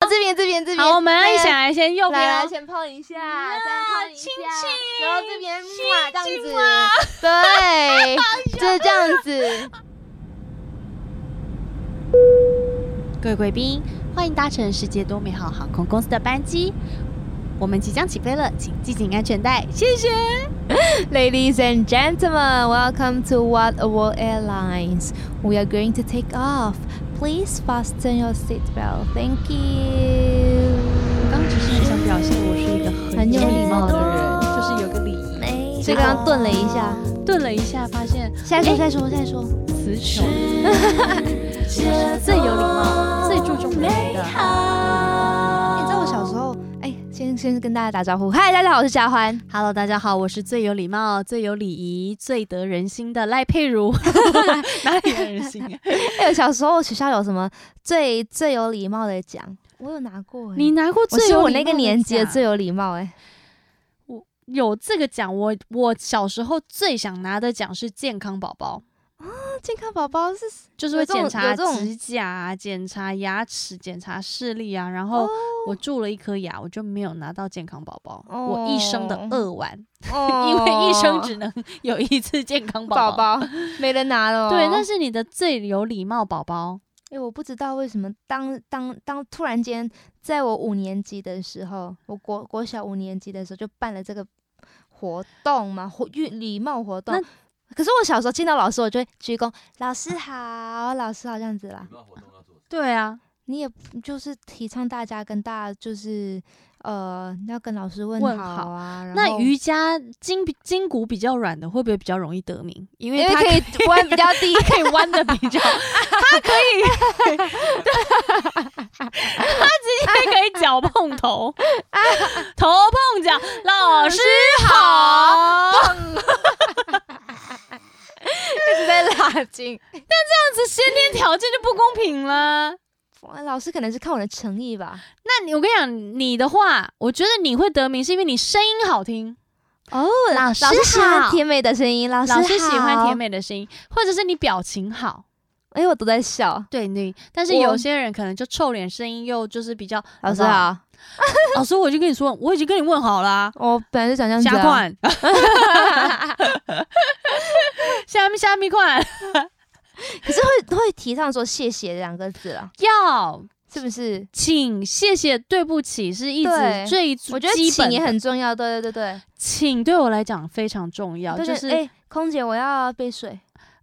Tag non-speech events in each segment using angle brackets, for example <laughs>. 边哦这边，好，我们来一起来先右边来来哦，先碰一下，呀再碰一下亲亲，然后这边哇这样亲子哇，对，就是这样 <laughs> 子。各位贵宾，欢迎搭乘世界多美好航空公司的班机，我们即将起飞了，请系紧安全带，谢谢。 <laughs> Ladies and gentlemen, welcome to What World Airlines. We are going to take off. Please fasten your seatbelt. Thank you. <laughs> 刚刚只是很想表现我是一个很有礼貌的人，就是有个礼仪。所以刚刚顿了一下，顿了一下，发现下一说，下一说，下一说。词穷，最有礼貌，最注重人的。你知道我小时候，哎，先先跟大家打招呼，嗨，大家好，我是佳欢。 Hello，大家好，我是最有礼貌、最有礼仪、最得人心的赖佩如。哪里得人心、啊？哎、我小时候学校有什么最最有礼貌的奖？我有拿过、哎你拿过我最是有我礼那个貌的年级的奖最有礼貌、哎，有这个奖，我我小时候最想拿的奖是健康宝宝，那健康宝宝是就是有会这种检查有这种指甲、啊、检查牙齿、检查视力啊。然哦后我蛀了一颗牙，我就没有拿到健康宝宝，我一生的哦扼腕， <laughs> 因哦为一生只能有一次健康宝宝宝。宝没人拿了、哦。对，那是你的最有礼貌宝宝。哎、我不知道为什么当当当突然间，在我五年级的时候，我国国小五年级的时候就办了这个活动嘛，活运礼貌活动那。可是我小时候见到老师，我就会鞠躬，老师好，老师好这样子啦。对啊，你也不就是提倡大家跟大家就是呃要跟老师问问好啊。然那后瑜伽筋比筋骨比较软的，会不会比较容易得名？因因为为它可以弯比较低，可以弯的比较，它可以，它直接可以脚碰头，头碰脚，老师好。好，一直在拉筋。这样子先天条件就不公平了。 <laughs> 哇老师可能是看我的诚意吧。那你我跟你讲，你的话，我觉得你会得名是因为你声音好听，哦，老师老师喜欢好甜美的声音，老师老师喜欢甜美。美的声音，或者是你表情好。哎，我都在笑。对你，但是我有些人可能就臭脸，声音又就是比较老师，好，老师我就跟你说，我已经跟你问好啦、我本来就想这样子虾 <laughs> 啊。款，虾米虾米款，可是会会提倡说谢谢这两个字啊，要是不是？请谢谢对不起是一对直最我觉得基请本也的很重要。对对对请对我来讲非常重要，对，就是哎，空姐，我要杯水。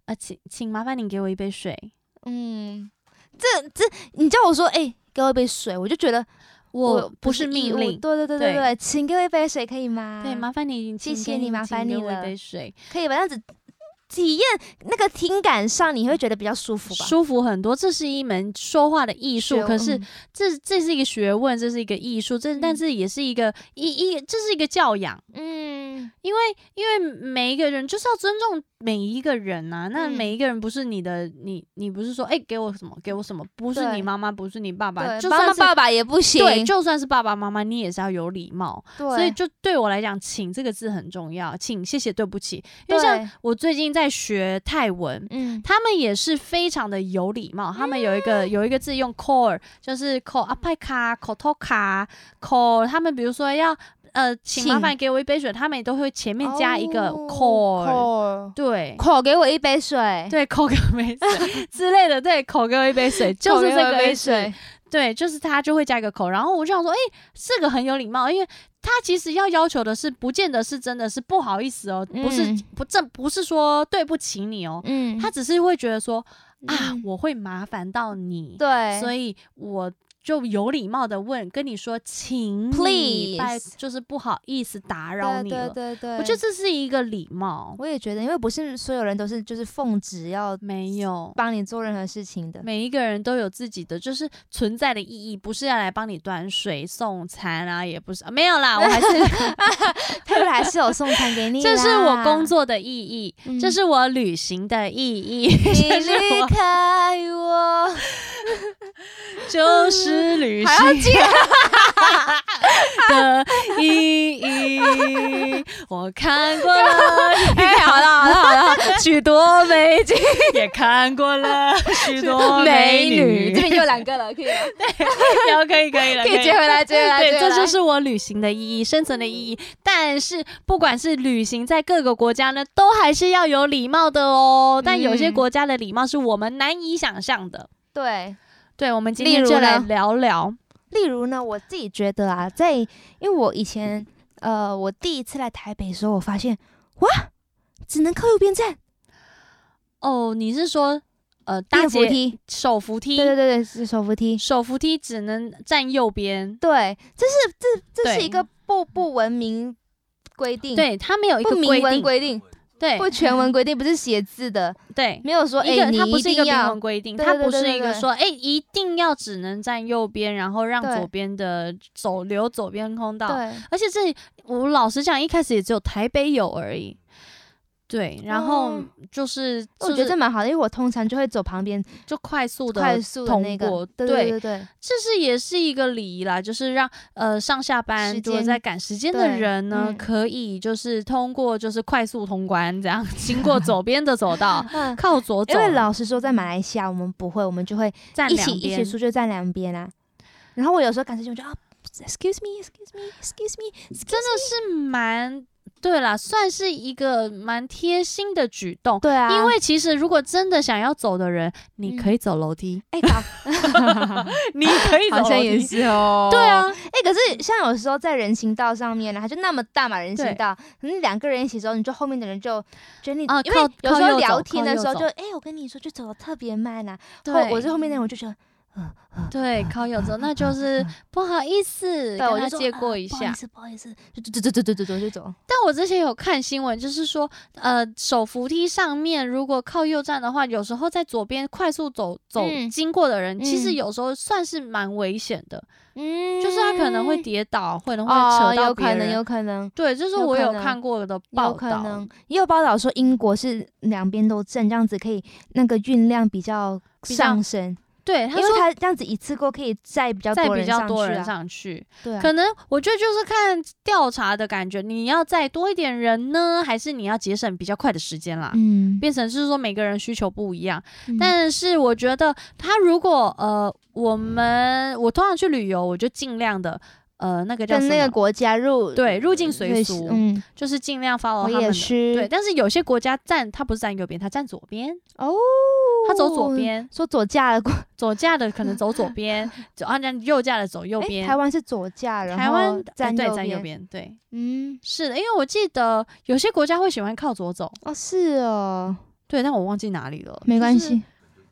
呃，请请麻烦你给我一杯水，嗯，这这，你叫我说，哎，给我一杯水，我就觉得我不是义命务令。对对对对对对，请给我一杯水可以吗？对，麻烦你，谢请谢给你麻请烦给你我一了杯水，可以吧？这样子体验那个听感上，你会觉得比较舒服吧？舒服很多。这是一门说话的艺术，学可是嗯这这是一个学问，这是一个艺术，这但嗯是也是一个一一，这是一个教养。嗯，因为因为每一个人就是要尊重每一个人呐、那嗯每一个人不是你的，你你不是说哎、给我什么给我什么，不是对你妈妈，不是你爸爸，对，就妈算妈是爸爸也不行，对，就算是爸爸妈妈，你也是要有礼貌。所以就对我来讲，请这个字很重要，请谢谢对不起，因为像对我最近在学泰文。嗯，他们也是非常的有礼貌，他们有一个、有一个字用 call，就是 call 阿派卡、口头卡、call。他们比如说要呃，请麻请烦给我一杯水，他们也都会前面加一个哦 call，、对口给我一杯水，对，口给我一杯水之类的，对，口给我一杯 <laughs> 水，就口是给这我一个杯意思，水，对，就是他就会加一个口。然后我就想说，哎、这个很有礼貌，因为他其实要要求的是，不见得是真的是不好意思哦，不是、嗯不这不是说对不起你哦，嗯，他只是会觉得说啊，嗯我会麻烦到你，对，所以我就有礼貌的问，跟你说，请你拜， Please 就是不好意思打扰对你对了。对对，我觉得这是一个礼貌，我也觉得，因为不是所有人都是就是奉旨要没有。帮你做任何事情的，每一个人都有自己的就是存在的意义，不是要来帮你端水送餐啊，也不是、啊没有啦，我 <laughs> 哎 <laughs> 还是他们还是有送餐给你，这是我工，作的意义，嗯这是我旅行的意义，你这是离 <laughs> 我开我，就是旅行还要接。的意义。我看过了，哎，好了好了好了，许多美景也看 <laughs> 过了许多美女，这边就有两个了， <laughs> 可以了，有可以可以了，可以接 <laughs> 回来，接回来，对，接回这来就是我旅行的意义，生存的意义。但是不管是旅行在各个国家呢，都还是要有礼貌的哦。但有些嗯国家的礼貌是我们难以想象的。对。对，我们今例天如就来呢聊聊。例如呢，我自己觉得啊，在因为我以前呃，我第一次来台北的时候，我发现哇，只能靠右边站，哦，你是说呃搭电扶捷梯，手扶梯？对对对对，是手扶梯，手扶梯只能站右边。对，这是这这是对一个不不文明规定，，对，它没有一嗯不个规明文定，规定，对不全文规定，不是写字的，对，没有说一哎，个你它不是一定个明要文规定，对它对不对是对一个对说哎一定要只能站右边，然后让对左边的走留左边通道。对，而且这我老实讲，一开始也只有台北有而已。对，然后嗯就是我就觉得这是蛮好的，因为我通常就会走旁边就快速的快速的通那个过，对对对对，这是也是一个礼仪啦，就是让呃上下班时如果间在赶时间的对人呢，嗯可以就是通过就是快速通关这样，经过左边的 <laughs> 走道，嗯。靠左走，因为老实说，在马来西亚我们不会，我们就会站一起两一边起出就站两边啦。然后我有时候赶时间，我就啊，excuse me，excuse me，excuse me，真的是蛮对啦，算是一个蛮贴心的举动。对啊，因为其实，如果真的想要走的人，你嗯可以走 <laughs> 楼梯，哎，搞你可以好像也。是哦，对， <laughs> 啊，哎，可是像有时候在人行道上面呢，它就那么大嘛，人行对道，你两个人一起走，你就后面的人就觉得你啊因为靠有时靠候右聊走天靠的右时候走就哎，我跟你说，就走的特别慢啦。对，后我在后面那人我就觉得对靠右走，那就是不好意思，对，我就跟他说借啊过一不好下意。思，不好意思，就走走走走走走就走。但我之前有看新闻，就是说，呃，手扶梯上面如果靠右站的话，有时候在左边快速走走、嗯经过的人，其实嗯有时候算是蛮危险的，嗯就是他可能会跌倒，或者会哦，扯到有别可人。能，有可能。对，就是有我可有能看过的报有可道能，也有报道说英国是两边都正，这样子可以那个运量比较比较上升，对因他为说它这样子一次过可以载比较在多比人较上多去人啊。上去，对啊，可能我觉得就是看调查的感觉，你要再多一点人呢，还是你要节省比较快的时间啦？嗯，变成是说每个人需求不一样。嗯但是我觉得他如果呃，我们我通常去旅游，我就尽量的呃，那个叫什跟那个么？国家入对，入境随瑞士俗，嗯，就是尽量 follow 我他们也的。是，对，但是有些国家站他不是站右边，他站左边，哦，他走左，边，说左驾的国，左驾的可能 <laughs> 走左边，走啊，那右驾的走右哎，边。台湾是左驾，然后台湾站呃对站右边，边，对，嗯，是的，因为我记得有些国家会喜欢靠左走，哦，是哦，对，但我忘记哪里了，没关就是系。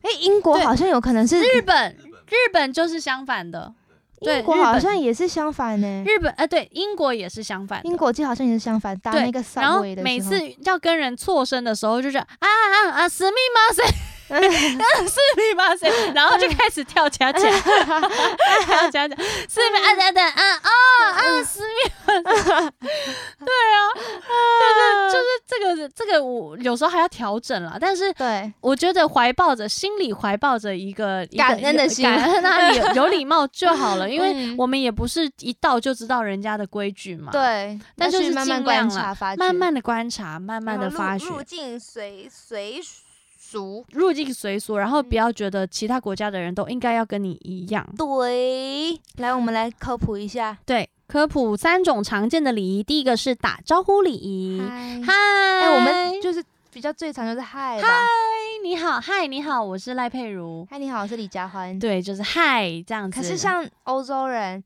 哎，英国对好像有可能是，日本，日本就是相反的，对英国日好本像也是相反呢。日本呃对，英国也是相反的，英国记好像也是相反，搭对那个然后 subway 的每时候次啊要跟人错身的时候，就是啊啊啊，死命吗？谁？ <laughs> 死命吗？谁？然后就开始跳恰恰，跳恰恰，死命啊嗯等等啊啊啊，死命吗？谁对啊，就是就是这个这个，我有时候还要调整啦。但是对，我觉得怀抱着心里怀抱着一个一个感恩的心感恩啊，有有礼貌就 <laughs> 好了，因为嗯我们也不是一到就知道人家的规矩嘛。。对，啊要但就去是慢慢尽量观啦察发掘，慢慢的观察，慢慢的发掘，入境随随俗，入境随俗，然后嗯不要觉得其他国家的人都应该要跟你一样。对，来我们来科普一下，对，科普三种常见的礼仪，第一个是打招呼礼仪，嗨嗨，哎，我们就是比较最常就是嗨吧，你好，嗨，你好，我是赖佩如。嗨你好，我是李佳欢，对，就是嗨这样子。可是像欧洲 <laughs> 人，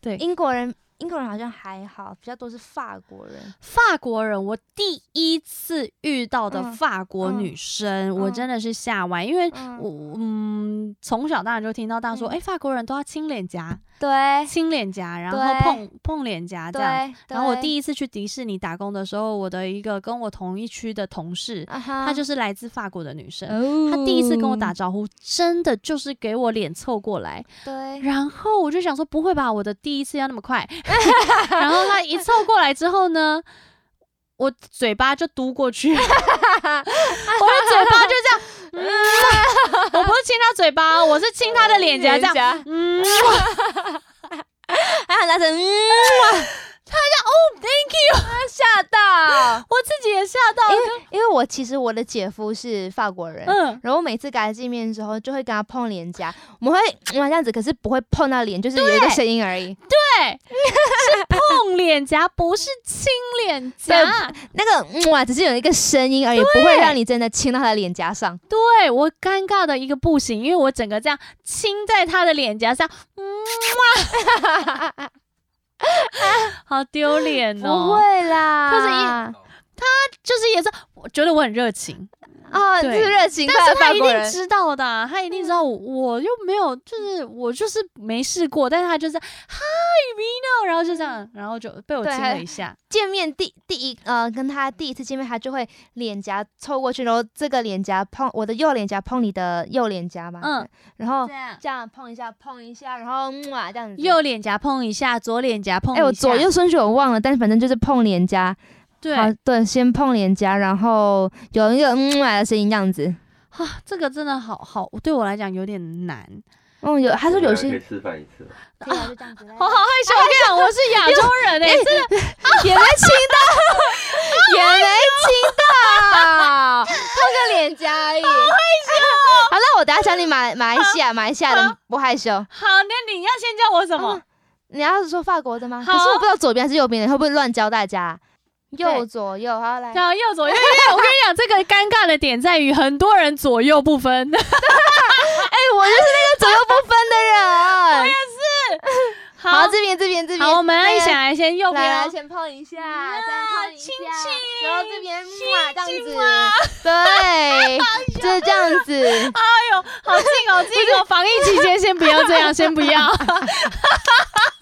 对英国人。英国人好像还好，比较多是法国人。法国人，我第一次遇到的嗯法国嗯女生，我嗯真的是吓歪，因为嗯我嗯从小当然就听到大家说，嗯哎、法国人都要亲脸颊，对亲脸颊，然对后碰碰脸颊这样。对，然后我第一，一次去迪士尼打工的时候，我的一个跟我同一区的同事，她她就是来自法国的女生，她她第一次跟我打，招呼，真的就是给我脸凑过来，对， <laughs> 然后我就想说不会吧，我的第一次要那么 <laughs> 快，然后她一凑过来之后呢。我嘴巴就嘟过去，我的嘴巴就这样，嗯、我不是亲她嘴巴哦，我是亲她的脸颊，这样，样，嗯，还很大声，嗯，他就哦，thank you，吓到我其实我的姐夫是法国人，嗯，然后我每次跟他见面的时候，就会跟他碰脸颊，我们会哇这样子，可是不会碰到脸，就是有一个声音而已。对，是碰脸颊，不是亲脸颊。那个哇，只是有一个声音而已，不会让你真的亲到他的脸颊上。对我尴尬的一个不行，因为我整个这样亲在他的脸颊上，嗯，哇 <laughs> 好丢脸不哦！会啦，可是就是也是，我觉得我很热情，啊，就对是热情但派的是他法一国定人。嗯知道的啊、他一定知道我，我又没有，就是我就是没试过，但是他就是嗨 Vino，然后就这样，然后就被我对亲还了一下，见面第第一呃，跟他第一次见面，他就会脸颊凑过去，然后这个脸颊碰我的右脸颊碰你的右脸颊嘛，嗯，然后这样这样碰一下碰一下，然后哇这样子。右脸颊碰一下，左脸颊碰一哎、下，我左右顺序我忘了，但反正就是碰脸颊，对好，对，先碰脸颊，然后有一个嗯啊的声音，这样子。啊，这个真的好好，对我来讲有点难。嗯，有他说有些可以示范一次。啊，就这样子。我好害羞，我跟你讲，我是亚洲人哎、真的也没亲到，也没亲到，碰个脸颊而已。好害羞。好，那我等下教你马马来西亚，马来西亚的不害羞。 <laughs> 好，那你要先教我什么？你要是说法国的吗？可好是我不知道左边还是右边的，会不会乱教大家？右对左右，好来。然后右左右，因为哎我跟你讲，这个尴尬的点在于很多人左右不分，哎，我就是那个左右不分 <laughs> 的人。我也是。好，好这边这边这边。好，我们那一个起来先右边来来，哦，先碰一下，呀再碰一下亲亲，然后这边嘛这样亲啊子， <laughs> 对，就是这样子。哎呦，好近哦，近哦，防疫期间先不要这样，先不 <laughs> 要，太可怕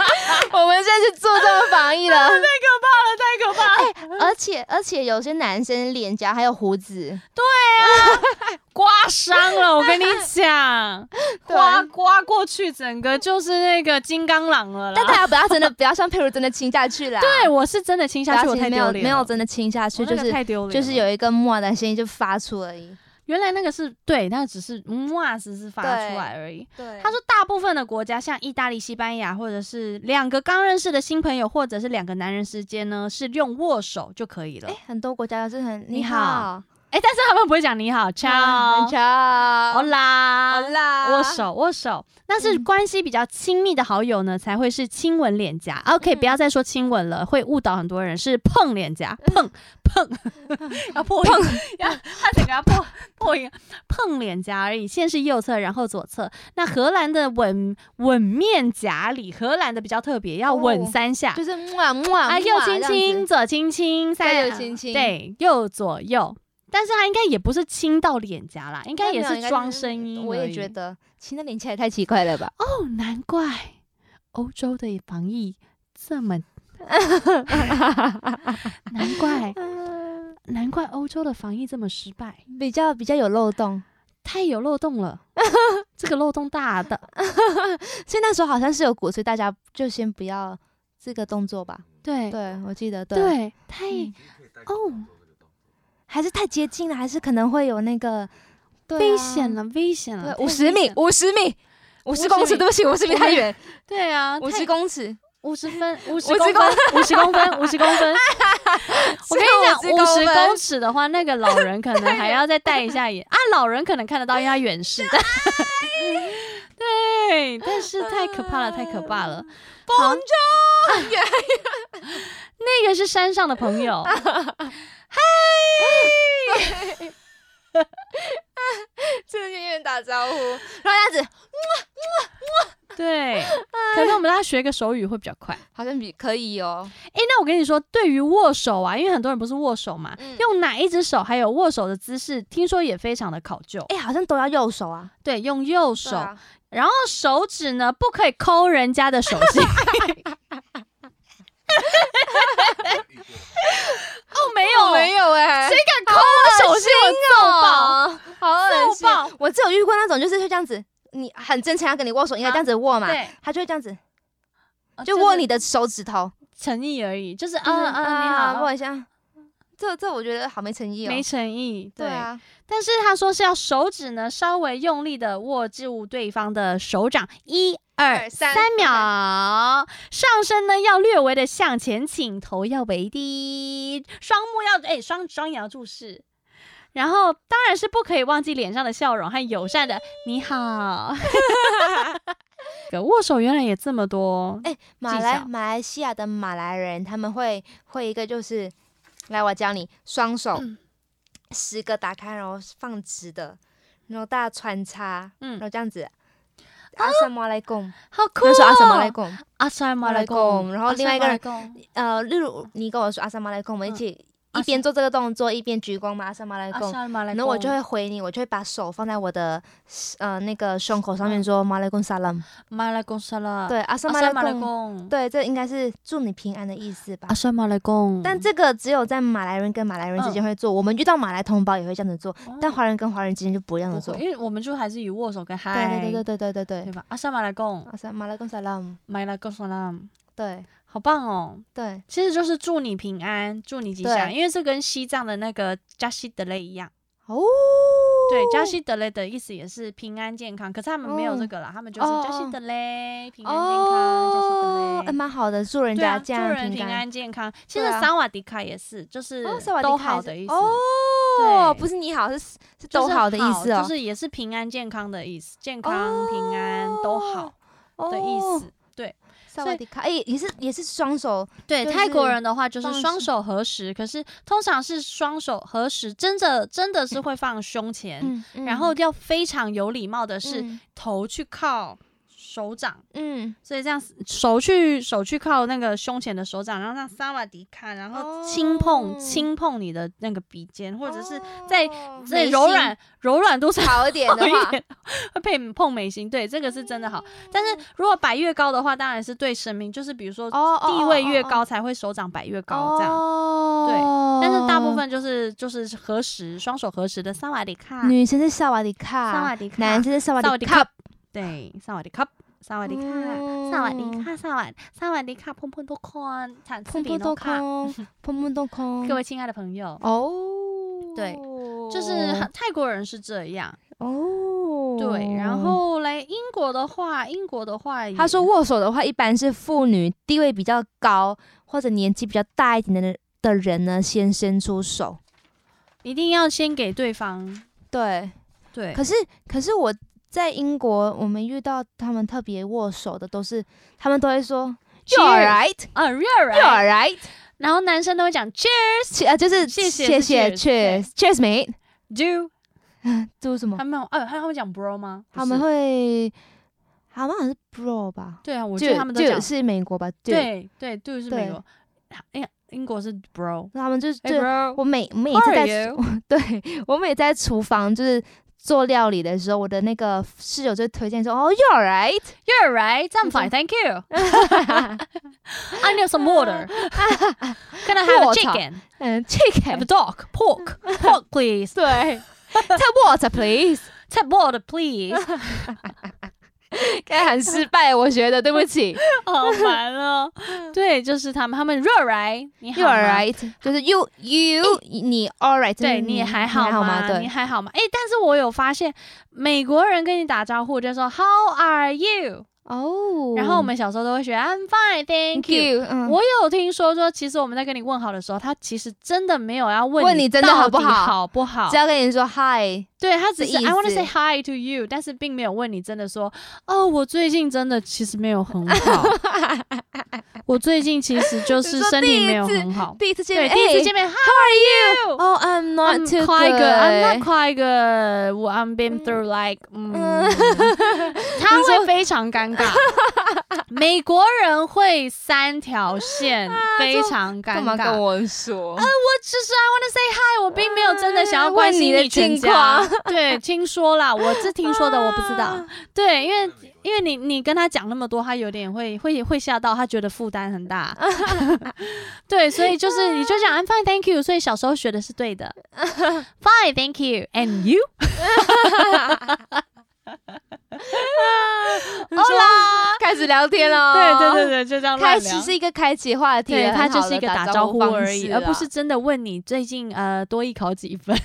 了，我们现在是做这么防疫了，太可怕了，而且而且有些男生脸颊还有胡子，刮伤了，我跟你 <laughs> 讲，对刮刮过去，整个就是那个金刚狼了但大啦。家不要真的不要像佩如真的亲下去啦。对，，我是真的亲下去，我太没丢有脸了，没有真的亲下去，我就哦那个是太丢脸了，就是有一个木的声音就发出而已。原来那个是对，那只是嗯哇，只是发对出来而已。对他说，大部分的国家，像意大利、西班牙，或者是两个刚认识的新朋友，或者是两个男人之间呢，是用握手就可以了。哎、很多国家都是很你你好好，但是他们不会讲你哦好嗯，ciao，很巧，好啦，啦握手，握手。但是嗯关系比较亲密的好友呢，才会是亲吻脸颊。OK，嗯不要再说亲吻了，会误导很多人。是碰脸颊，碰碰，嗯 <laughs> 要破音，要他整个要破破音，碰脸颊而已。先是右侧，然后左侧。那荷兰的吻吻面颊里，荷兰的比较特别，要吻哦三下。就是木啊木啊啊，右亲亲，，左亲亲，三右亲亲对，右左右。但是他应该也不是亲到脸颊啦，应应该也是装声音而已。我也觉得亲的脸起来太奇怪了吧？哦，难怪欧洲的防疫这 <laughs> 么，难怪难怪欧洲的防疫这么失败，比较比较有漏洞，太有漏洞 <laughs> 了，这个漏洞大的。所以那时候好像是有鼓吹大家就先不要这个动作吧？对对，我记得对，对，太嗯哦，还是太接近了，还是可能会有那个对啊危险，了，危险了，对，太五十危米险，五十米。五十公50尺，米对不起，五十米太 <laughs> 远，对啊，五太十公尺，五十分，五十50公分，五十公分，五十公分。我跟只你有讲，50五十公分公尺的话，那个老人可能还要再戴一下眼啊，老人可能看得到，因为他远视。但对，但是太可怕了，太可怕了。好， <laughs> 那个是山上的朋友。真的远远打招呼，然后这样子对，可能我们大家学个手语会比较快。好像比可以哦，诶，那我跟你说，对于握手啊，因为很多人不是握手嘛，嗯用哪一只手，还有握手的姿势，听说也非常的考究。哎，好像都要右手啊，对，用右手，对啊然后手指呢不可以抠人家的手 <laughs> 心。哦，没有，我没有哎，谁敢抠我手心，我揍爆！哦，好恶心揍爆！我只有遇过那种，就是会这样子，你很真诚要跟你握手，应该这样子握嘛，对，他就会这样子，哦就握你的手指头，是诚意而已，就是就是嗯嗯，你好，握一下。嗯这这我觉得好没诚意哦。没诚意，对啊，但是他说是要手指呢稍微用力的握住对方的手掌，一二二三三秒，上身呢要略微的向前倾，头要为低，双目要哎双双眼要注视，然后当然是不可以忘记脸上的笑容和友善的你好。握手原来也这么多，哎、马来技巧马来西亚的马来人，他们会会一个就是，来我教你，双手嗯十个打开，然后放直的，然后大家穿插，嗯然后这样子。阿萨姆来贡，好酷、哦！那时候阿萨姆来贡，阿萨马来贡，然后另外一个人阿萨马来贡，呃，例如你跟我说阿萨姆来贡，我们一嗯起阿一萨边做这个动作，一边鞠躬嘛，阿萨姆来阿贡。萨马来然贡，后我就会回你，我就会把手放在我的呃那个胸口上面嗯说马来贡萨拉姆，马来贡萨拉，，对，阿萨阿姆萨来马来贡，贡，，对，这应该是祝你平安的意思吧阿。萨马来贡，但这个只有在马来人跟马来人之嗯间会做，我们遇到马来同胞也会这样子做，哦但华人跟华人之间就不一样的不做。会，对哦因为我们就还是以握手跟嗨，对对对对对对，对对。吧？阿萨马来贡，阿萨马来贡萨拉姆，马来贡萨拉，对好棒哦！对其实就是祝你平安，祝你吉祥，对因为这跟西藏的那个加西德勒一样。哦，对，加西德勒的意思也是平安健康，可是他们没有这个啦，他们就是哦加西德勒平安健康，加哦西，德哎，勒。蛮好的，祝人对家啊，祝这样人平安。安健康。其对实啊萨瓦迪卡也是，就是哦，萨瓦迪都卡好是的意思，哦，对不是你好，是是就是都好的意思哦，就是也是平安健康的意思，健康平安都好的意哦。思。对萨瓦迪卡，哎，也是也是双手对，就是泰国人的话就是放双手手合十，可是通常是双手合十，真的真的是会放胸前，嗯，嗯然后要非常有礼貌的是嗯头去靠手掌，嗯，所以这样子手去手去靠那个胸前的手掌，然后让萨瓦迪卡，然后轻碰、哦轻碰你的那个鼻尖，或者是在哦在柔软柔软度上好一点的好一话，点， <laughs> 会被碰眉心。对，这个是真的好。但是如果摆越高的话，当然是对神明，就是比如说哦，哦地位越，哦高才会手掌摆越哦高这样。哦但是大部分就是就是合十，双手合十的萨瓦迪卡，女生是萨瓦迪萨卡，瓦迪卡，男生是萨萨瓦瓦迪迪卡卡，，对，萨瓦迪卡，萨瓦迪卡，嗯萨瓦迪卡，萨瓦萨瓦迪卡，碰碰多空，产砰砰咚卡，空， <laughs> 砰砰咚空，各位亲爱的朋友，哦，对，就是很泰国人是这样，哦，对，然后嘞，英国的话，英国的话也，他说握手的话，一般是妇女地位比较高或者年纪比较大一点的的人呢，先伸出手，一定要先给对方，对，对，可是可是我在英国，我们遇到他们特别握手的，都是他们都会说 Cheers “You alright, 啊 r e you a l alright”，然后男生都会讲 cheers 切呃就是谢谢谢谢是 cheers， ，cheers cheers mate， do，这是什么他？们有，呃，他们会讲 bro 吗？不他们是，会，他们好像是 bro 吧？对啊，我我觉得他们都讲，是美国吧？就，对对对，是美对国，哎呀，英国是 bro，他们就是哎就 bro，我每我每 How 次在 are you？对我每次在厨房就是。做料理的时候，我的那个室友就会推荐说：“哦，You alright？ You're right. <laughs> I'm fine, fine. Thank you. I need <laughs> some water. Can I have a Water. chicken? 嗯 Have a ，chicken， dog, pork, pork, <laughs> please. 对，Tap water please。” <laughs> Tap water, <laughs> please. 该很失败，我觉得对不 <laughs> 起。好烦哦。 <laughs> 对，就是他们，他们 You're right. 你好 You 吗 alright？就是 you you 你 alright？就是对你还好你还好吗？吗？你对，还好吗？哎，但是我有发现，美国人跟你打招呼就说 How are you？哦然后我们小时候都会学 I'm fine, thank thank you。 you，嗯，我有听说说，其实我们在跟你问好的时候，他其实真的没有要问问你真的到好不底好好不好只要跟你说 hi，对他只的是意 I want to 思 say hi to you，但是并没有问你真的说哦，我最近真的其实没有 <laughs> 很好，我最近其实就你是说身第一体没有次很好。第一次见对，面，哎第一次见面，How are you？哦，I'm not I'm too quite good. I'm good。not Mm. quite good. Well, I've been through like，嗯， <laughs> 他会非常尴尬。美国人会三条线，非常尴啊干嘛尬。跟我 <laughs> 说？只是 I want to say hi，我并没有真的想要关心全啊家。问你的 <laughs> 对，听说 <laughs> 啦，我是听说的，我不知道。对，因为因为你你跟他讲那么多，他有点会会会吓到，他觉得负担很 <laughs> 大。对，所以就是你就讲 I'm fine, thank you。所以小时候学的是对 <laughs> 的 <laughs> ，fine, thank you, and you 欧啦，开始聊天 <laughs> 了。对对对对，就这样乱开聊始是一个开启话题，对，很它就好是一的个打招呼啊而已，而不是真的问你最近呃多艺考 <laughs> 几分，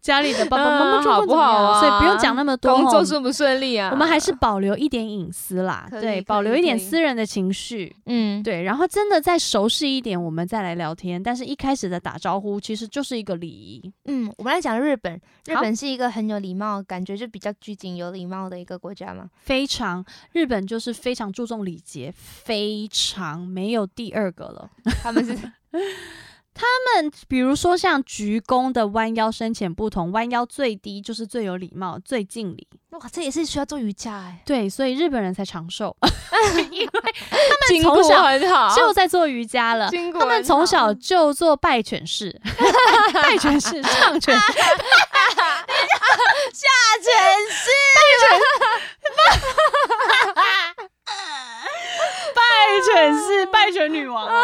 家里的爸爸妈妈嗯好不状况怎么好样啊所以不用讲那么多。工吼作顺不顺利啊？我们还是保留一点隐私啦，可以对，可保以留一点可以私人的情绪，嗯，对，然后真的再熟识一点，我们再来聊天。但是一开始的打招呼其实就是一个礼仪，嗯，我们来讲日本。日好本是一个很有礼貌，感觉就比较拘谨、有礼貌的一个国家嘛。非常日本就是非常注重礼节，非常没有第二个了。 <laughs> 他 <laughs> 们是比如说像鞠躬的弯腰深浅不同，弯腰最低就是最有礼貌、最敬礼。哇，这也是需要做瑜伽哎、对，所以日本人才长寿， <laughs> 筋从小很好就在做瑜伽了。筋骨他们很从好小就做拜犬式、拜犬式、上犬式、大全是拜犬式、拜犬女王、啊、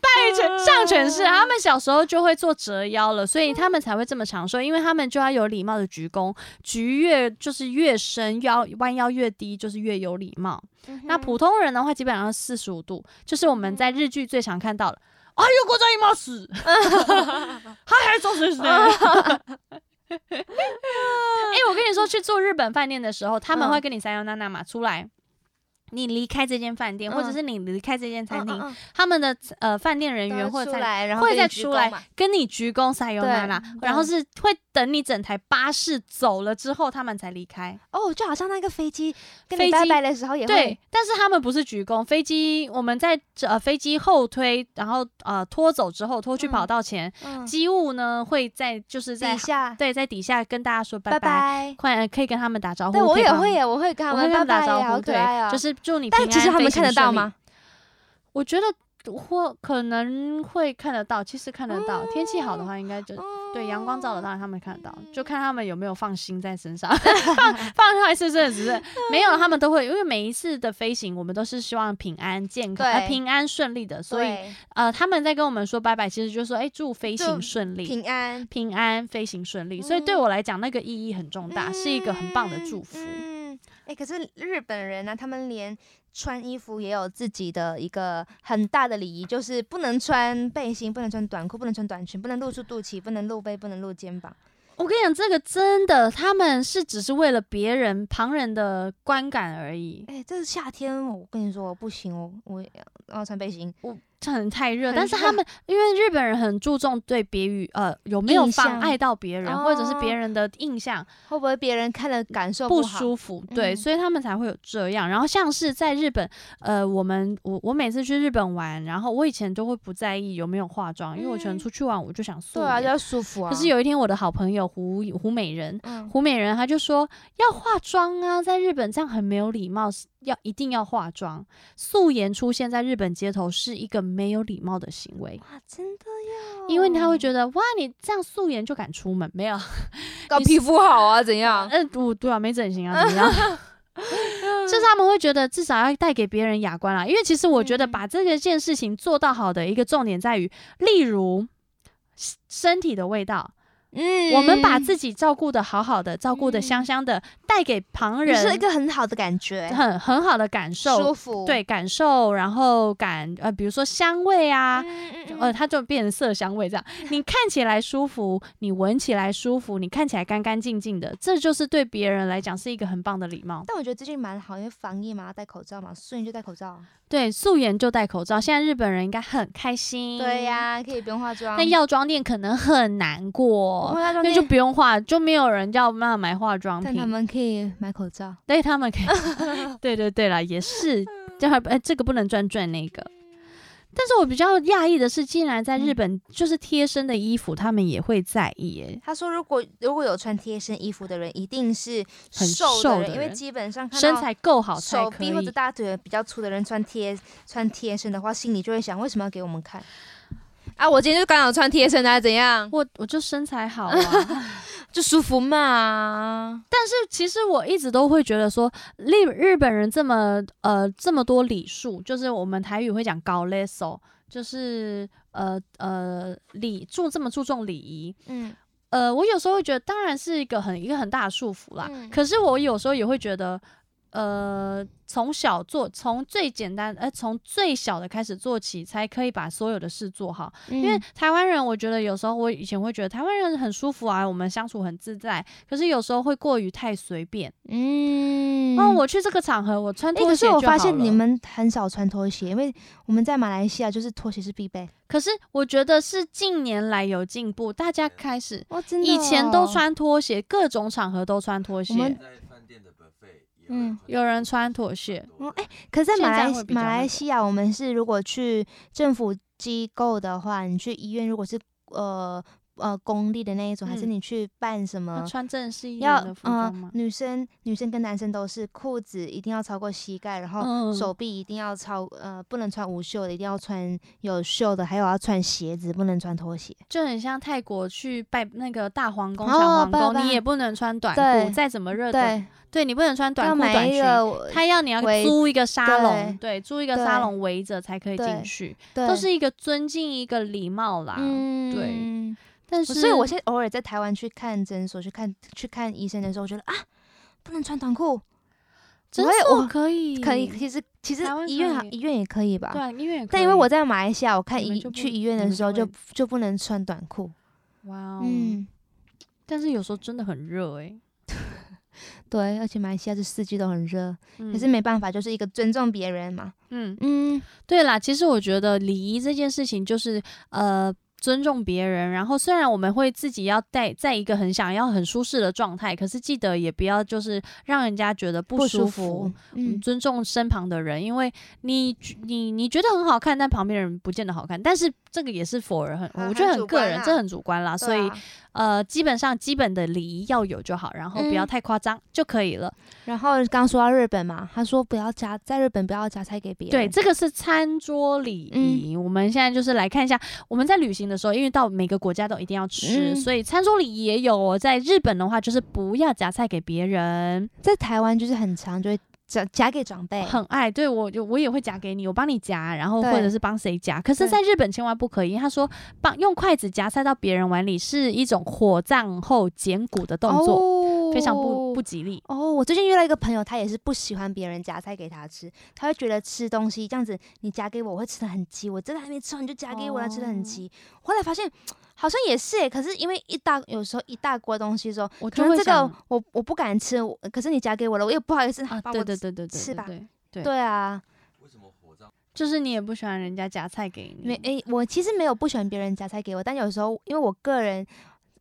拜犬上犬式。他们小时候就会做折腰了，所以他们才会这么长寿，因为他们就要有礼貌的鞠躬，鞠越就是越深，腰弯腰越低，就是越有礼貌。那普嗯通人的话，基本上四十五度，就是我们在日剧最常看到的。啊，又过在一毛死， <laughs> 他还做谁谁？哎，我跟你说，去住日本饭店的时候，他们嗯会跟你三幺娜娜嘛出来。你离开这间饭店，或嗯者是你离开这间餐厅，他们的呃饭店人员或者出餐来，然后啊会跟你再鞠出躬来嘛跟你鞠躬撒由那拉，对然后是会等你整台巴士走了之后，他们才离开。哦，就好像那个飞机跟飞你拜机拜的时候也会对，但是他们不是鞠躬，飞机我们在呃飞机后推，然后呃拖走之后拖去嗯跑道前，嗯机务呢会在就是在底下对在底下跟大家说拜拜拜。快呃可以跟他们打招呼。对，我可以也帮会，啊耶，我会跟他我会们跟他拜拜们打招耶，好呼，可爱对，啊！就是祝你平安。但其实他们飞行看得到顺利？吗？我觉得或可能会看得到，其实看得到，天气好的话应该就嗯对，阳光照得到，他们看得到，就看他们有没有放心在身上，嗯 <laughs> 放放还是真的只 <laughs> 是没有，他们都会，因为每一次的飞行，我们都是希望平安健康，呃对平安顺利的，所以对呃，他们在跟我们说拜拜，其实就是说，哎，祝飞行祝顺利，平安平安飞行顺利，所以对嗯我来讲，那个意义很重大，是一个很棒的祝福。嗯，哎、诶可是日本人呢、他们连穿衣服也有自己的一个很大的礼仪，就是不能穿背心，不能穿短裤，不能穿短裙，不能露出肚脐，不能露背，不能露肩膀。我跟你讲，这个真的，他们是只是为了别人旁人的观感而已。哎、这是夏天，我跟你说我不行，我我我要穿背心。这很太热，很但是他们因为日本人很注重对别与呃有没有印象妨碍到别人，哦或者是别人的印象会不会别人看了感受不好？舒服，对，嗯所以他们才会有这样。然后像是在日本，呃，我们我我每次去日本玩，然后我以前都会不在意有没有化妆，因为我全嗯出去玩我就想素对啊，就颜。要舒服啊。可是有一天我的好朋友胡胡美人。嗯，胡美人，她就说要化妆啊，在日本这样很没有礼貌，要一定要化妆。素颜出现在日本街头是一个没有礼貌的行为。哇，真的呀，因为他会哦觉得哇，你这样素颜就敢出门，没有？搞你皮肤好啊，怎样？嗯、我对啊，没整形啊，怎么样？ <laughs> 就是他们会觉得至少要带给别人雅观啦。因为其实我觉得嗯把这个件事情做到好的一个重点在于，例如身身体的味道，嗯我们把自己照顾的好好的，照顾的香香的，带给旁己人是一个很好的感觉，很很好的感受舒，服。对感受，然后感呃，比如说香味啊，嗯，嗯嗯呃，它就变成色香味这样。你看起来舒服，你闻起来舒服，你看起来干干净净的，这就是对别人来讲是一个很棒的礼貌。但我觉得最近蛮好，因为防疫嘛，要戴口罩嘛，素颜就戴口罩。对，素颜就戴口罩，现在日本人应该很开心。对、呀、嗯可以不用化妆。那药妆店可能很难不过会。化妆那店，就不用化，就没有人要慢慢买化妆但他品，们可以买口罩。对他们可以， <laughs> 对对对啦，也是，这还哎这个不能转转那个。但是我比较讶异的是，竟然在日嗯本，就是贴身的衣服，他们也会在意、欸，他说，如果如果有穿贴身衣服的人，一定是很瘦瘦的人，的因为人基本上看身到材够好才手可臂或者以。大腿比较粗的人穿贴穿贴身的话，心里就会想，为什么要给我们看？啊，我今天就刚好穿贴身啊，怎 <laughs> 样我我就身材 <laughs> 好啊，就舒服嘛。但是其实我一直都会觉得说，日日本人这么呃这么多礼数，就是我们台语会讲高 l e s o 就是呃呃礼注这么注重礼仪，嗯，呃，我有时候会觉得，当然是一个很一个很大的束缚啦。嗯可是我有时候也会觉得，呃，从小做，从最简单，呃，从最小的开始做起，才可以把所有的事做好。因因为台湾人，我觉得有时候我以前会觉得台湾人很舒服啊，我们相处很自在。可是有时候会过于太随便。嗯哦，我去这个场合，我穿哎、拖可鞋是就我好发现了你，们很少穿拖鞋，因为我们在马来西亚就是拖鞋是必备。可是我觉得是近年来有进步，大家开始。哦，真以前都，穿拖鞋，各种场合都穿拖鞋我。们在饭店的 buffet，也嗯有人穿拖鞋哦哎可是在马来现在会比较马那来个西亚，我们是如果去政府机构的话，你去医院，如果是呃呃公立的那一种，还是嗯你去办什么要？穿正式一呃要点的服装呃吗，？女生女生跟男生都是裤子一定要超过膝盖，然后嗯手臂一定要超呃不能穿无袖的，一定要穿有袖的，还有要穿鞋子，不能穿拖鞋。就很像泰国去拜那个大皇宫、哦小皇拜宫，拜你也不能穿短对裤，再怎么热的，，呃对你不能穿短要裤买短一裙。个他要你要围租一个沙龙，对对，租一个对沙龙围着才可以对进去，对都是一个尊敬，一个礼貌啦。嗯对嗯但是，所以我现在偶尔在台湾去看诊所、去看去看医生的时候，我觉得啊，不能穿短裤，诊我也所我可以，可以，其实其实台湾医院可好以医院也可以吧。对啊，医院也可以。但因为我在马来西亚，我看你们医就不去医院你的们时候就就会就不能穿短裤。哇哦，嗯，但是有时候真的很热哎，对，而且马来西亚这四季都很热，嗯可是没办法，就是一个尊重别人嘛。嗯，嗯，对啦，其实我觉得礼仪这件事情就是呃。尊重别人，然后虽然我们会自己要带在一个很想要很舒适的状态，可是记得也不要就是让人家觉得不不舒服。服。嗯，嗯，尊重身旁的人，因为你你你觉得很好看，但旁边人不见得好看。但是这个也是否人很，很我觉很得很主个观人，啦这很主观啦。所对以啊呃，基本上基本的礼仪要有就好，然后不要嗯太夸张就可以了。然后刚说到日本嘛，他说不要夹，在日本不要夹菜给别人。对，这个是餐桌礼嗯仪。我们现在就是来看一下，我们在旅行的时候，因为到每个国家都一定要吃，嗯所以餐桌礼仪也有哦。在日本的话，就是不要夹菜给别人，在台湾就是很常就会夹夹给长辈。很爱对我就我也会夹给你，我帮你夹，然后对或者是帮谁夹。可是，对在日本千万不可以，因为他说帮用筷子夹菜到别人碗里是一种火葬后捡骨的动作，哦非常不不吉利。哦，我最近遇到一个朋友，他也是不喜欢别人夹菜给他吃，他会觉得吃东西这样子，你夹给我，我会吃的很急，我真的还没吃完你就夹给我，他吃的很哦急。后来发现好像也是欸诶，可是因为一大有时候一大锅东西的时候，我可就能会这想个我我不敢吃，我可是你夹给我了，我也不好意思啊，把对我对吃。对对对吃对吧对，对对啊，为什么火葬？就是你也不喜欢人家夹菜给你，没诶、我其实没有不喜欢别人夹菜给我，但有时候因为我个人。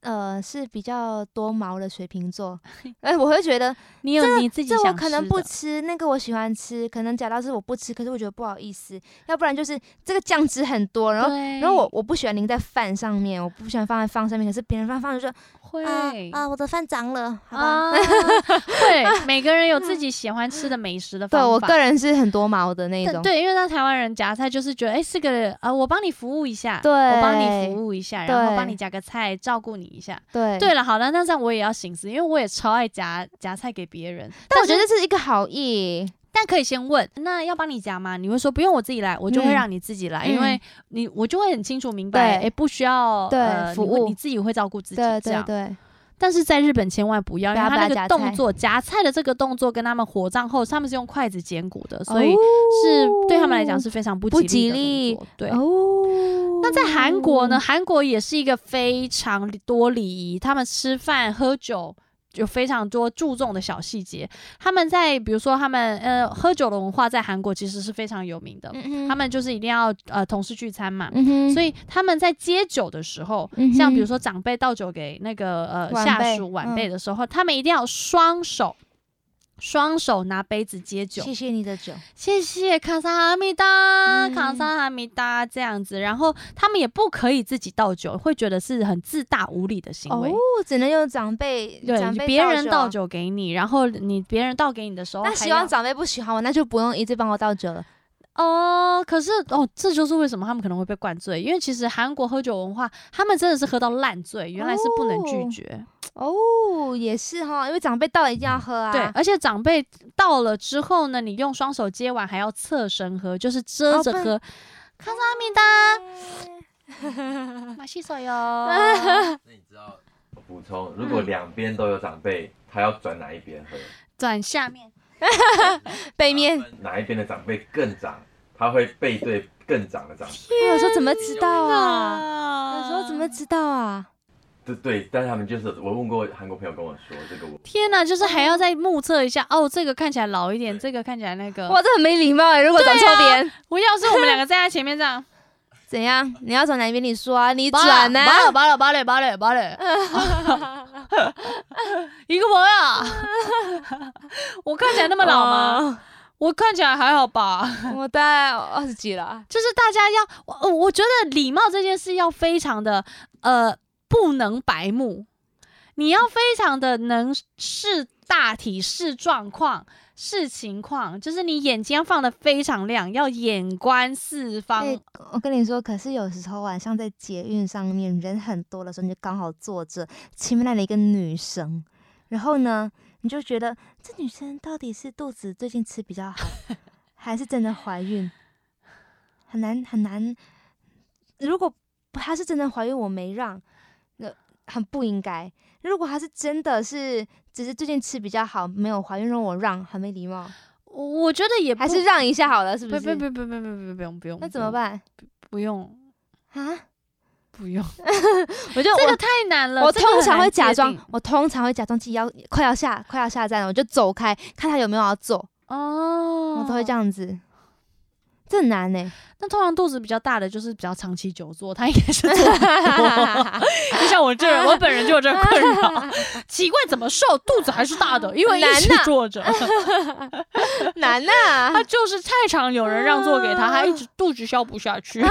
呃，是比较多毛的水瓶 <laughs> 座，哎，我会觉得你有你自己这我想可能吃不的吃，那个我喜欢吃，可能假到是我不吃，可是我觉得不好意思，要不然就是这个酱汁很多，然后对，然后我我不喜欢淋在饭上面，我不喜欢放在饭上面，可是别人放放就说会啊啊我的饭脏了，好吧？啊， <laughs> <laughs> 会每个人有自己喜欢吃的美食的对方法。我个人是很多毛的那但种，对，因为那台湾人夹菜就是觉得，哎、是个呃，我帮你服务一下，对我帮你服务一下，然后对帮你夹个菜，照顾你一下。对对了，好了，那这样我也要行思，因为我也超爱夹夹菜给别人，但我是觉得这是一个好意，但可以先问，那要帮你夹吗？你会说不用，我自己来，我就会嗯让你自己来，嗯因为你我就会很清楚明白，哎、对不需要对呃、服你会务你自己会照顾自己，对这对样。对，但是在日本千万不要，不因为要他把那它个夹动菜作夹菜的这个动作跟他们火葬后，他们是用筷子捡骨哦的，所以是对他们来讲是非常不不吉吉利的动作。对。哦。那在韩国呢？？韩国也是一个非常多礼仪，他们吃饭喝酒有非常多注重的小细节。他们在比如说他们呃喝酒的文化在韩国其实是非常有名的，嗯他哼，们就是一定要呃同事聚餐嘛，嗯哼，嗯所以以他们在接酒的时候，像比如说长辈倒酒给那个呃晚下辈嗯属晚辈的时候，他们一定要双手双手拿杯子接酒，谢谢你的酒，谢谢卡萨哈密达，嗯卡萨哈密达这样子，然后他们也不可以自己倒酒，会觉得是很自大无理的行为。哦，只能用长辈长对，辈别人倒哦倒酒给你，然后你别人倒给你的时候还那要，希望长辈不喜欢我，那就不用一直帮我倒酒了。哦，可是哦，这就是为什么他们可能会被灌醉，因为其实韩国喝酒文化，他们真的是喝到烂醉，原来是不能拒哦绝。哦，也是哈，因为长辈到了一定要喝啊。对，而且长辈到了之后呢，你用双手接完还要侧身喝，就是遮哦着不然喝。卡萨哦 <laughs> 米达，马西索哟。那你知道补充，如嗯果两边都有长辈，他要转哪一边喝？转下面，背面。哪一边的长辈更长，他会背对更长的长辈。我有时候怎么知道啊？啊有时候怎 <laughs> 么知道啊？对对，但是他们就是我问过韩国朋友跟我说这个我，天哪，就是还要再目测一下哦，这个看起来老一点，对这个看起来那个。哇，这很没礼貌哎！如果转错边，我要是我们两个站在前面这样，怎样？你要转哪一边？你说啊，你包了 <laughs> 转呢？包了，包了，包了，包了，包了。 <laughs> 一个朋友，啊 <laughs> 我看起来那么老吗？哦？我看起来还好吧。我大概二十几了。啊就是大家要，我我觉得礼貌这件事要非常的呃，不能白目，你要非常的能视大体、视状况、视情况，就是你眼睛要放的非常亮，要眼观四方。呃哎我跟你说，可是有时候晚上在捷运上面人很多的时候，你就刚好坐着，前面来了一个女生，然后呢，你就觉得这女生到底是肚子最近吃比较好，还是真的怀孕？很难很难。如果她是真的怀孕，我没让，那很不应该。如果她是真的是只是最近吃比较好，没有怀孕，让我让，很没礼貌，我我觉得也呃不还是让一下好了，是不不是？不不不不不不不用不用，那怎么？办不用啊？不 <laughs> 用，我就这我个太难了。我这个很通常难会假界装定，我通常会假装自己要快要下快要下站了，我就走开，看他有没有要走，哦，我都会这。样子。这很难呢、欸那通常肚子比较大的，就是比较长期久坐，他应该 <laughs> 是坐很多 <laughs> 就像我这人，我本人就有这个困 <laughs> 扰，奇怪怎么瘦肚子还是大的，因为一直难呐坐 <laughs> 着， <laughs> 难啊呐、他就是太常有人让座给他，他一直肚子消不下去，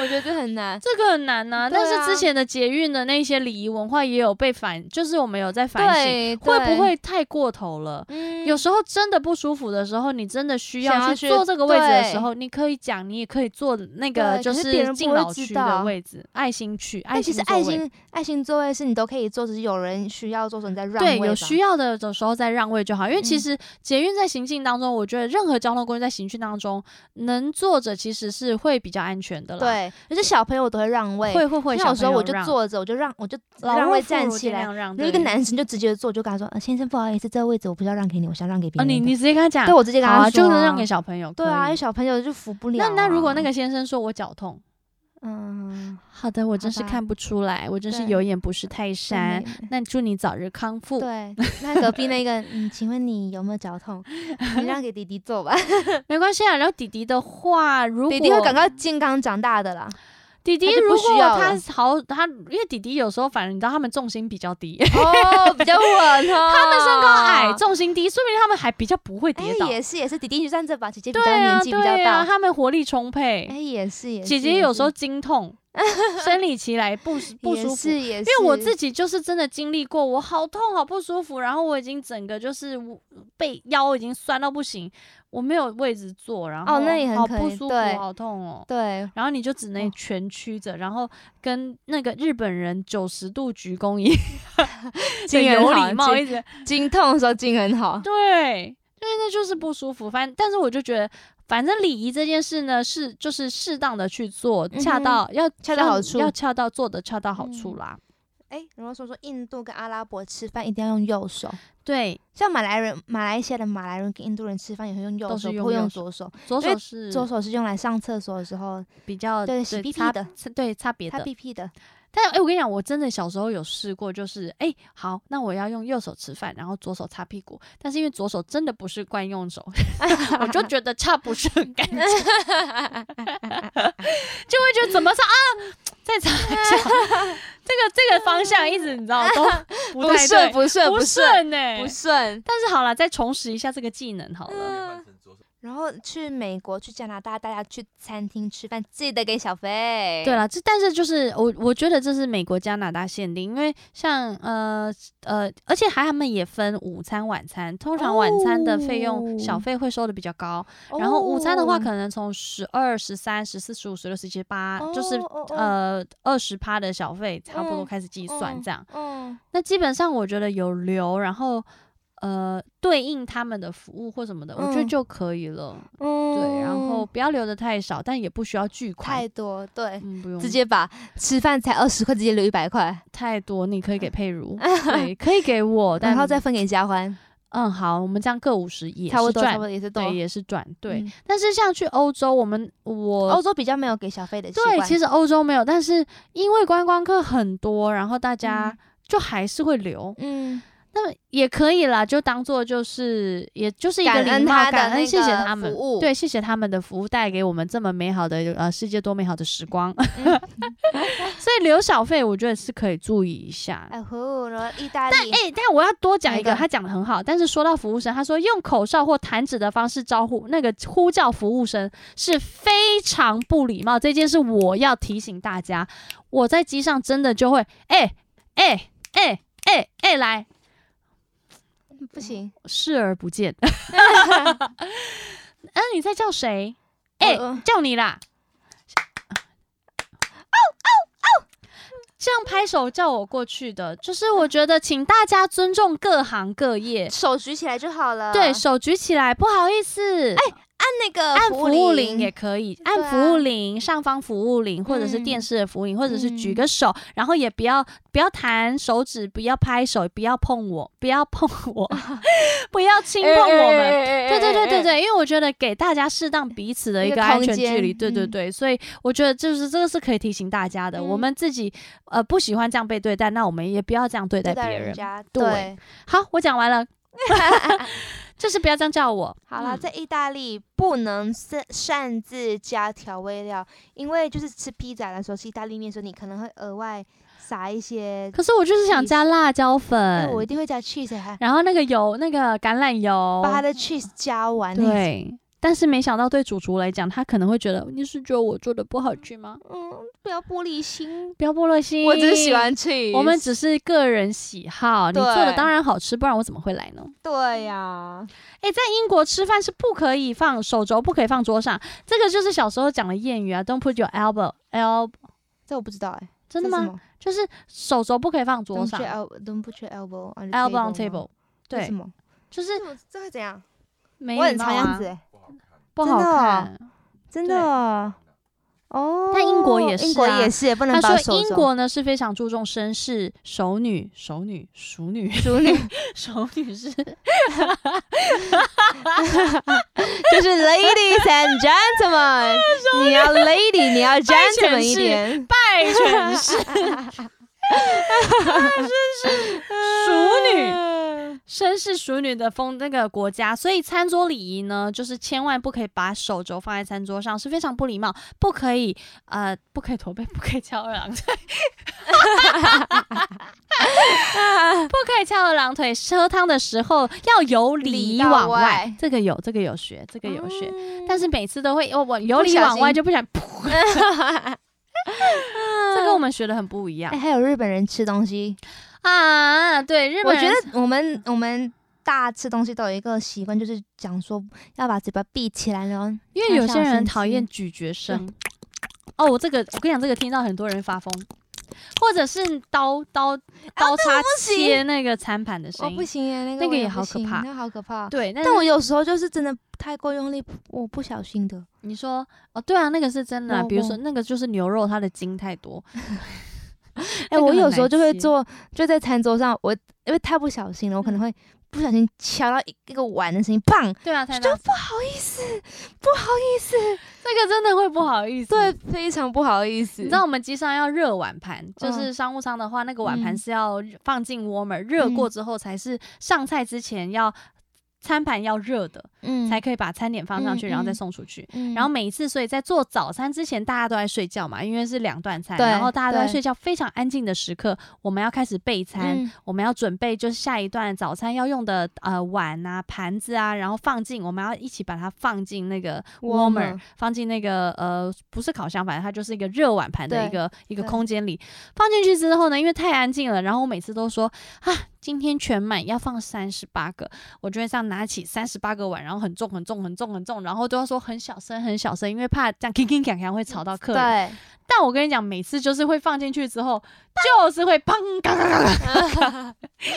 我觉得这很难。啊 <laughs> 这个很难呐、对但啊是之前的捷运的那些礼仪文化也有被反，就是我们有在反省，对，会不对？会太过头了？嗯有时候真的不舒服的时候，你真的需想要要去去坐这个位置的对时候，你可以讲，你也可以坐那个对就可是别人不敬会老知区道的位置，爱心区，哎爱但其心实座爱位心爱心座位是你都可以坐，只是有人需要坐，时候你再让对，位有吧需要的的时候再让位就好，因为其嗯实捷运在行进当中，我觉得任何交通工具在行进当中，能坐着其实是会比较安全的啦。，对，而且小朋友我都会让位。会会会。像有时候小朋友我就让，坐着，我就让我就老让弱位妇站孺起尽来。量让。如果一个对男生就直接坐，就跟他说：“呃，先生，不好意思，这个位置我不是要让给你，我是要让给别啊，人的。你你直接跟他讲，对我直接跟好他说、啊，就是让给小朋友。对啊，可因为以小朋友就服不了、那啊。那如果那个先生说我脚痛，嗯，好的，我真好是吧看不出来，我真是对有眼不识泰山。对那祝你早日康复。对，那隔壁那个，嗯，请问你有没有脚痛？你让给弟弟做吧， <laughs> 没关系啊。然后弟弟的话，如果弟弟会感到健康长大的啦。弟弟他就不如需果要他了好，他因为弟弟有时候反正你知道他们重心比较低，哦，比较稳 <laughs> 哦。 <laughs> 他们身高矮，重心低，说明他们还比较不会哎跌倒。也是也是，弟弟就站这吧，姐姐比对较年啊，纪比较对啊，大。他们活力充沛。哎，也是也是。姐姐也有时候是 <laughs> 经痛，生理期来不舒不舒也服。是也因是，为我自己就是真的经历过，我好痛，好不舒服，然后我已经整个就是被腰已经酸到不行，我没有位置坐，然后哦那也很好可不以舒对服，好痛哦。对。然后你就只能哦蜷曲着，然后跟那个日本人九十度鞠躬 <laughs> 一样，经很有好礼貌，经一直经痛的时候经很好，对，因为那就是不舒服。反但是我就觉得，反正礼仪这件事呢，是就是适当的去做，恰嗯哼到要恰到要好处要恰到做的恰到好处嗯啦。哎，然后说说印度跟阿拉伯吃饭一定要用右手，对，像马来人、马来西亚的马来人跟印度人吃饭也会用右都手，是不用会右用手左手。左因为手是左手是用来上厕所的时候比较对洗屁屁擦的，擦对擦别擦的。屁屁的。 <laughs> 但哎、我跟你讲，我真的小时候有试过，就是哎、好，那我要用右手吃饭，然后左手擦屁股。但是因为左手真的不是惯用手， <laughs> 我就觉得擦不是很干净，就会觉得怎么擦啊，再擦一 <laughs> 下，这个这个方向一直你知道 <laughs> 都不太对，不顺不顺哎、顺。但是好了，再重拾一下这个技能好了。换嗯成左手然后去美国、去加拿大，大家去餐厅吃饭，记得给小费。对，了，这但是就是我我觉得这是美国加拿大限定，因为像呃呃，而且还他们也分午餐晚餐，通常晚餐的费用小哦费会收的比较高，然后午餐的话可能从十二、十三、十四、十五、十六、十七、八，啊就是哦哦哦呃二十趴的小费差不多嗯开始计算这样。嗯，那基本上我觉得有留，然后呃对应他们的服务或什么的，我觉得嗯就可以了。嗯对，然后不要留的太少，但也不需要巨款太。多，对，嗯，不用直接把吃饭才二十块，直接留一百块，太多，你可嗯以给 <laughs> 佩如，嗯对，可以给我，但然后再分给佳欢，嗯好，我们这样各五十也差不是多，差赚不，多也是多。对，也是赚，对。嗯但是像去欧洲，我们我欧洲比较没有给小费的习惯。对，其实实欧洲没有，但是因为观光客很多，然后大家就还是会留，嗯，那也可以啦，就当做就是，也就是一个感礼恩貌，他的感那恩，谢谢个他们服务，对，谢谢他们的服务带给我们这么美好的呃世界多美好的时光，嗯 <laughs> 所以留小费我觉得是可以注意一下。哎呼，然后意大但利，哎、但我要多讲一哪个，一个他讲的很好。但是说到服务生，他说用口哨或弹指的方式招呼那个呼叫服务生是非常不礼貌，这件事我要提醒大家。我在机上真的就会，哎哎哎哎哎来，不行，视而不见。 <laughs> 嗯，你在叫谁？哎、我我叫你啦！这样拍手叫我过去的，就是我觉得，请大家尊重各行各业，手举起来就好了。对手举起来，不好意思，哎、那个按服务铃呃铃也可以，啊按服务铃、上方服务铃，或者是嗯电视的服务铃，或者是举嗯个手，然后也不要不要弹手指，不要拍手，不要碰我，不要碰 <laughs> 我，不要轻哎碰我们，对对对对对，对，因为我觉得给大家适当彼此的哎一一个个安空全距间离，对对嗯对，所以我觉得就是这个是可以提醒大家的。我嗯们自己呃不喜欢这样被对待，那我们也不要这样对待对别待人人。家。对 <laughs> 好，我讲完了，就是不要这样叫我。好啦，嗯在意大利不能擅擅自加调味料，因为就是吃披萨的时候，吃意大利面的时候，你可能会额外撒一些。可是我就是想加辣椒哎粉，我一定会加 cheese，还然后那个油，那个橄榄油把，它的 cheese 加完。，对。但是没想到对主厨来讲，他可能会觉得你是觉得我做的不好吃吗？嗯，不要玻璃心。不要菠萝心，我只是喜欢 cheese，我们只是个人喜好，你对做的当然好吃，不然我怎么会来呢？对啊呀、诶，在英国吃饭是不可以放手肘，不可以放桌上，这个就是小时候讲的谚语啊，Don't put your elbow elbow，这我不知道哎、真的吗？就是手肘不可以放桌上 Don't put your elbow on the ，elbow table 吗。on table，为对什，么？就是这种这会怎样？没我很礼貌常这样啊子，哎，不好真的哦看。真对的哦。哦，但英国也英是国啊也是，不能他把说手英肘国呢是非常注重绅士、熟女、熟女、熟 <laughs> 女、熟女熟 <laughs> 女是就是 ladies and <laughs> gentlemen，你要 lady，你要 gentleman 一点，爱犬式， <laughs> <laughs> 真是熟女。女。绅士淑女的风那个国家，所以餐桌礼仪呢，就是千万不可以把手肘放在餐桌上，是非常不礼貌，不可以呃，不可以驼背，不可以翘二郎腿，不可以翘二郎腿。喝汤的时候要由里里到往外外，这个有，这个有学，这个有学。但是是每次都会，我哦我由不里小往外心就不想，<laughs> 噗，<laughs> 这跟我们学的很不一样哎，还有日本人吃东西，啊。对，日我本觉人得我们我们大吃东西都有一个习惯，就是讲说要把嘴巴闭起来，然后因为有小些人声讨吃厌咀嚼声。哦，我这个我跟你讲，这个听到很多人发疯，或者是刀啊刀刀叉行切那个餐盘的声音。行耶，那那个我也哦不好可行怕那个好可怕。对，但但是我有时候就是真的太过用力，我不小心的。你说哦，对啊，那个是真的啊、我比如我说那个就是牛肉，它的筋太多。 <laughs> 哎、那个我很有时候难就会切做，就在餐桌上，我因为太不小心了，我可嗯能会不小心敲到一一个碗的声音，砰！对啊，太就大不好意思，不好意思，这个真的会不好意思。对，，非常不好意思。你知道我们机上要热碗盘，就嗯是商务舱的话，那个碗盘嗯是要放进 warmer，热过嗯之后才是上菜之前要餐盘要热的，嗯才可以把餐点放上去，嗯然后再嗯送出去。嗯然后每一次，所以在做早餐之前，大家都在睡觉嘛，因为是两段餐，对然后大家都在对睡觉，非常安静的时刻，我们要开始备餐，嗯我们要准备就是下一段早餐要用的呃碗啊、盘子啊，然后放进，我们要一起把它放进那个 warmer，, warmer 放进那个呃不是烤箱，反正它就是一个热碗盘的对一个一个对空间里，放进去之后呢，因为太安静了，然后我每次都说啊，今天全满要放三十八个，我就会这样拿起三十八个碗，然后很重很重很重很重，然后都要说很小声很小声，因为怕这样 k i n k i n 会吵到客人。对，但但我跟你讲，每次就是会放进去之后，就是会砰嘎嘎嘎嘎嘎嘎，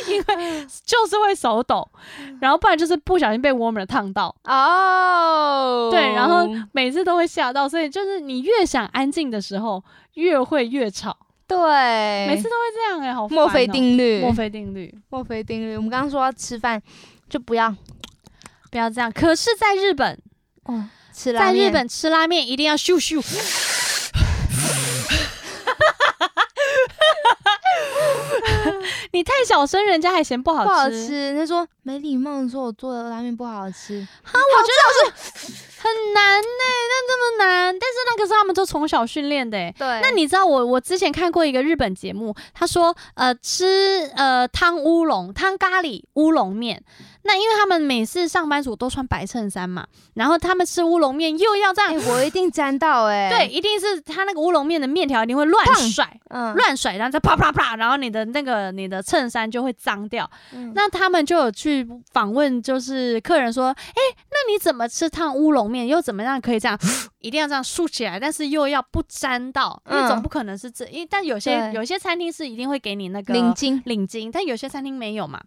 因为就是会手抖，然后不然就是不小心被 warmer 烫到。哦，对，然后每次都会吓到，所以就是你越想安静的时候，越会越吵，对，每次都会这样哎、好烦哦、墨菲定律，墨菲定律，墨菲定律。我们刚刚说要吃饭就不要，不要这样。可是，在日本，哦，吃拉在面日本吃拉面一定要咻咻， <laughs> 你太小声，人家还嫌不好吃。不好吃，他说没礼貌，说我做的拉面不好吃，很难呢、那这么难，但是那个是他们都从小训练的、欸。对，那你知道我我之前看过一个日本节目，他说呃吃呃汤乌龙汤咖喱乌龙面，那因为他们每次上班族都穿白衬衫嘛，然后他们吃乌龙面又要这样，哎、我一定沾到哎、对，，一定是他那个乌龙面的面条一定会乱烫甩。嗯，乱甩，然后再啪啪啪，然后你的那个你的衬衫就会脏掉。嗯那他们就有去访问，就是客人说：“哎、那你怎么吃烫乌龙面？又怎么样可以这样？ <gasps> 一定要这样竖起来，但是又要不沾到，因为总嗯不可能是这。因为但有些对有些餐厅是一定会给你那个领巾，领巾，但有些餐厅没有嘛。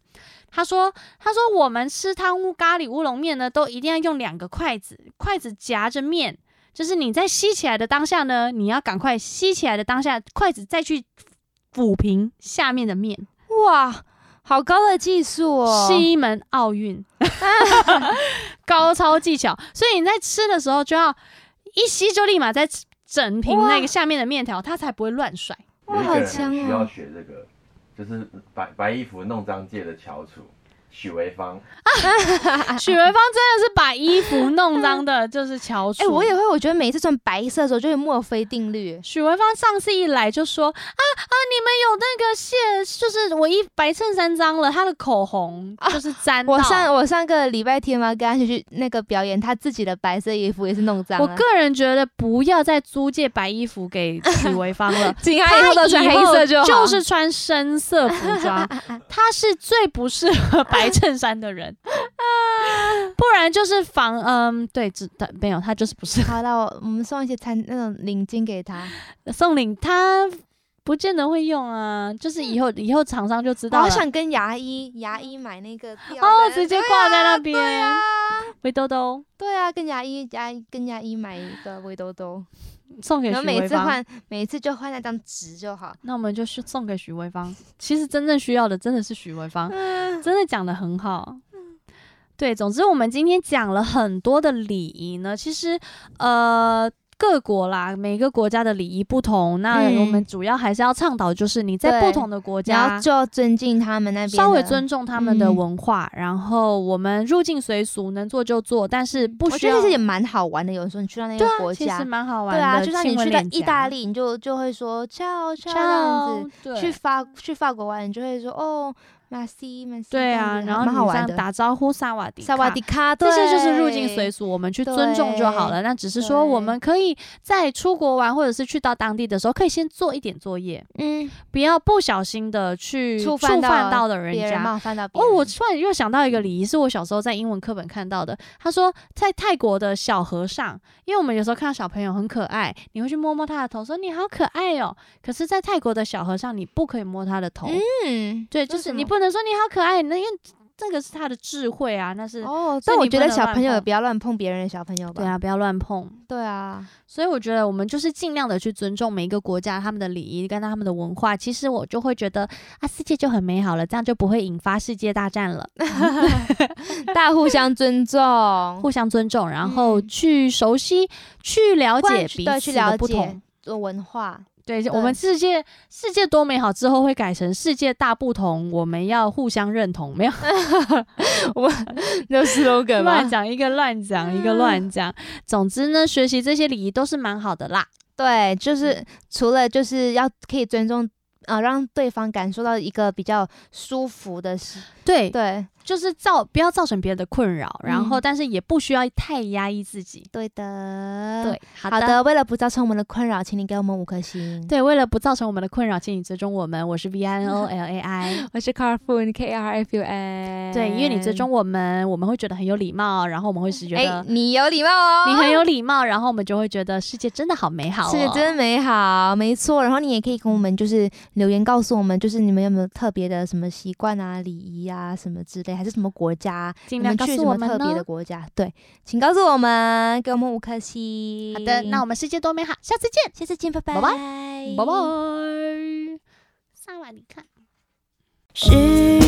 他说：“他说我们吃汤乌咖喱乌龙面呢，都一定要用两个筷子，筷子夹着面，就是你在吸起来的当下呢，你要赶快吸起来的当下，筷子再去抚平下面的面，哇，好高的技术哦，是一门 <laughs> 奥运，高超技巧。所以你在吃的时候就要一吸就立马再整平那个哇下面的面条，它才不会乱甩。哇有一个人好强哦需要学这个，就是白白衣服弄脏界的翘楚许维芳，啊许维芳真的是把衣服弄脏的，就是翘楚。哎、我也会，我觉得每一次穿白色的时候就是墨菲定律，许文芳上次一来就说啊啊，你们有那个卸，就是我一白衬衫脏了，他的口红就是沾到。啊我上我上个礼拜天嘛，跟他去那个表演，他自己的白色衣服也是弄脏了。。我个人觉得不要再租借白衣服给许维芳了 <laughs> 紧他以后都穿黑色就好，是穿深色服 <laughs> 装，他是最不适合白衬衫的 <laughs> 人，不然就是防嗯对，只他没有他就是不适好了，我我们送一些餐那种领巾给他，合 <laughs> 送领他不见得会用啊，就是以后以后厂商就知我道好了。想跟牙医牙医买那个吊带哦，直接挂在那边，对啊，围兜兜对啊，跟牙医牙跟牙医买一个围兜兜，送给然后许每维次芳。换每次就换那张纸就好。那我们就是送给许维芳。其实真正需要的真的是许维芳，嗯，真的讲的很好。对，总之我们今天讲了很多的礼仪呢，其实呃。各国啦，每个国家的礼仪不同，那嗯我们主要还是要倡导，就是你在对不同的国然后家就要尊敬他们那边的，稍微尊重他们的嗯文化，然后我们入境随俗，能做就做，但是不嗯我需觉要。得其实也蛮好玩的。有时候你去到那对个啊国其家实，蛮好玩对的。啊，就像你亲吻去到脸意颊大，利，你就就会说 ciao ciao 这样子。对去法去法国玩，你就会说哦马西马西，对啊，这样子然后蛮好你这玩样的。打招呼萨瓦迪萨瓦迪卡，卡，这对些就是入境随俗，我们去尊重就好了。那只是说，我对们可以在出国玩或者是去到当地的时候，可以先做一点作业，嗯，不要不小心的去触触犯到犯到了人别人家。冒犯到别哦人，，我突然又想到一个礼仪，是我小时候在英文课本看到的。他说，在泰国的小和尚，因为我们有时候看到小朋友很可爱，你会去摸摸他的头，说你好可爱哦。可是，在泰国的小和尚，你不可以摸他的头，嗯，对，就为是什你么不能说你好可爱，那因为这个是他的智慧啊，那是、哦，所以但我你觉不得能小乱朋友也碰不要乱碰别人的小朋友对吧。啊，不要乱碰。对啊，所以我觉得我们就是尽量的去尊重每一个国家他们的礼仪跟他们的文化。其实我就会觉得啊，世界就很美好了，这样就不会引发世界大战了。嗯大家互相尊重， <laughs> 互相尊重，然后嗯去熟悉、去了关解注彼对此去的了不解同。做文化，对，对我们世界世界多美好之后会改成世界大不同，我们要互相认同，没有那 slogan 乱？讲一个乱讲一个嗯乱讲。总之呢，学习这些礼仪都是蛮好的啦。对，就是除了就是要可以尊重。啊、让对方感受到一个比较舒服的是对，对，就是造不要造成别人的困扰，然后嗯但是也不需要太压抑自己。对的，对，，嗯好好的，为了不造成我们的困扰，请你给我们五颗星。，对，为了不造成我们的困扰，请你追踪我们。我是 V I N <laughs> O L A I。我是 Carfun K R F U N。对，因为你追踪我们，我们会觉得很有礼貌，然后我们会是觉哎、得你有礼貌哦，你很有礼貌，然后我们就会觉得世界真的好美好、哦。是真美好，没错。然后你也可以跟我们就是留言告诉我们，就是你们有没有特别的什么习惯啊、礼仪啊什么之类，还是什么国家？你尽量们告去诉什我么们特别的呢。国家？对，请告诉我们，给我们五颗星。好的，那我们世界多美好，下次见，下次见，拜拜，拜拜拜拜。萨瓦迪卡。世